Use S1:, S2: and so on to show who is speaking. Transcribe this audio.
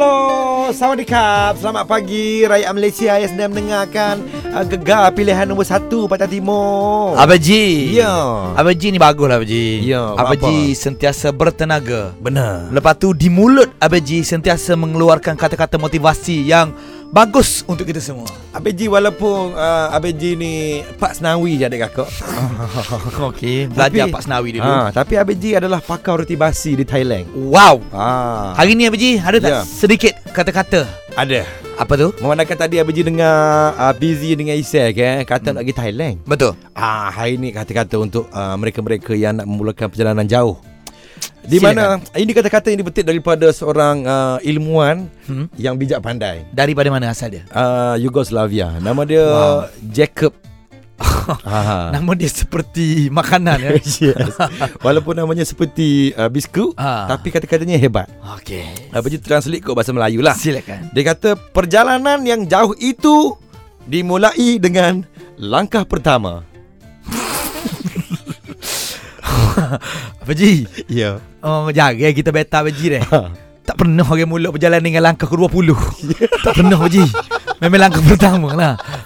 S1: Halo, Sawadikap Selamat pagi Rakyat Malaysia yang sedang mendengarkan uh, Gegar pilihan nombor 1 Pantai Timur
S2: Abang Ji
S1: Oh. Ya.
S2: Abang Ji ni bagus lah Abang Ji
S1: Ya,
S2: Abang
S1: apa?
S2: Ji sentiasa bertenaga
S1: Benar
S2: Lepas tu di mulut Abang Ji sentiasa mengeluarkan kata-kata motivasi yang bagus untuk kita semua
S1: Abang Ji walaupun uh, Abang Ji ni Pak Senawi je adik kakak
S2: Okey Belajar
S1: Tapi-
S2: Pak Senawi dulu
S1: ha, Tapi Abang Ji adalah pakar roti basi di Thailand
S2: Wow
S1: ha.
S2: Hari ni Abang Ji ada tak
S1: Ya.
S2: sedikit kata-kata
S1: Ada
S2: Apa tu?
S1: Memandangkan tadi Abang Ji dengar uh, Busy dengan Isel kan Kata nak pergi Thailand
S2: Betul
S1: Ah, hari ni kata-kata untuk uh, mereka-mereka yang nak memulakan perjalanan jauh. Di mana
S2: Silakan.
S1: ini kata-kata yang dipetik daripada seorang uh, ilmuwan
S2: Hmm.
S1: yang bijak pandai.
S2: Daripada mana asal dia?
S1: Uh, Yugoslavia. Nama dia
S2: Wow.
S1: Jacob. Aha.
S2: Nama dia seperti makanan ya?
S1: Ha. yes. Walaupun namanya seperti uh, biskut,
S2: Ah.
S1: tapi kata-katanya hebat.
S2: Okey
S1: Apa uh, translate ke bahasa Melayu lah.
S2: Silakan
S1: Dia kata perjalanan yang jauh itu dimulai dengan langkah pertama.
S2: Abang Ji
S1: Ya.
S2: Oh, jaga kita beta Abang Ji deh
S1: Yeah.
S2: Tak pernah orang mula berjalan dengan langkah ke-20 Tak pernah Haji Memang langkah pertama lah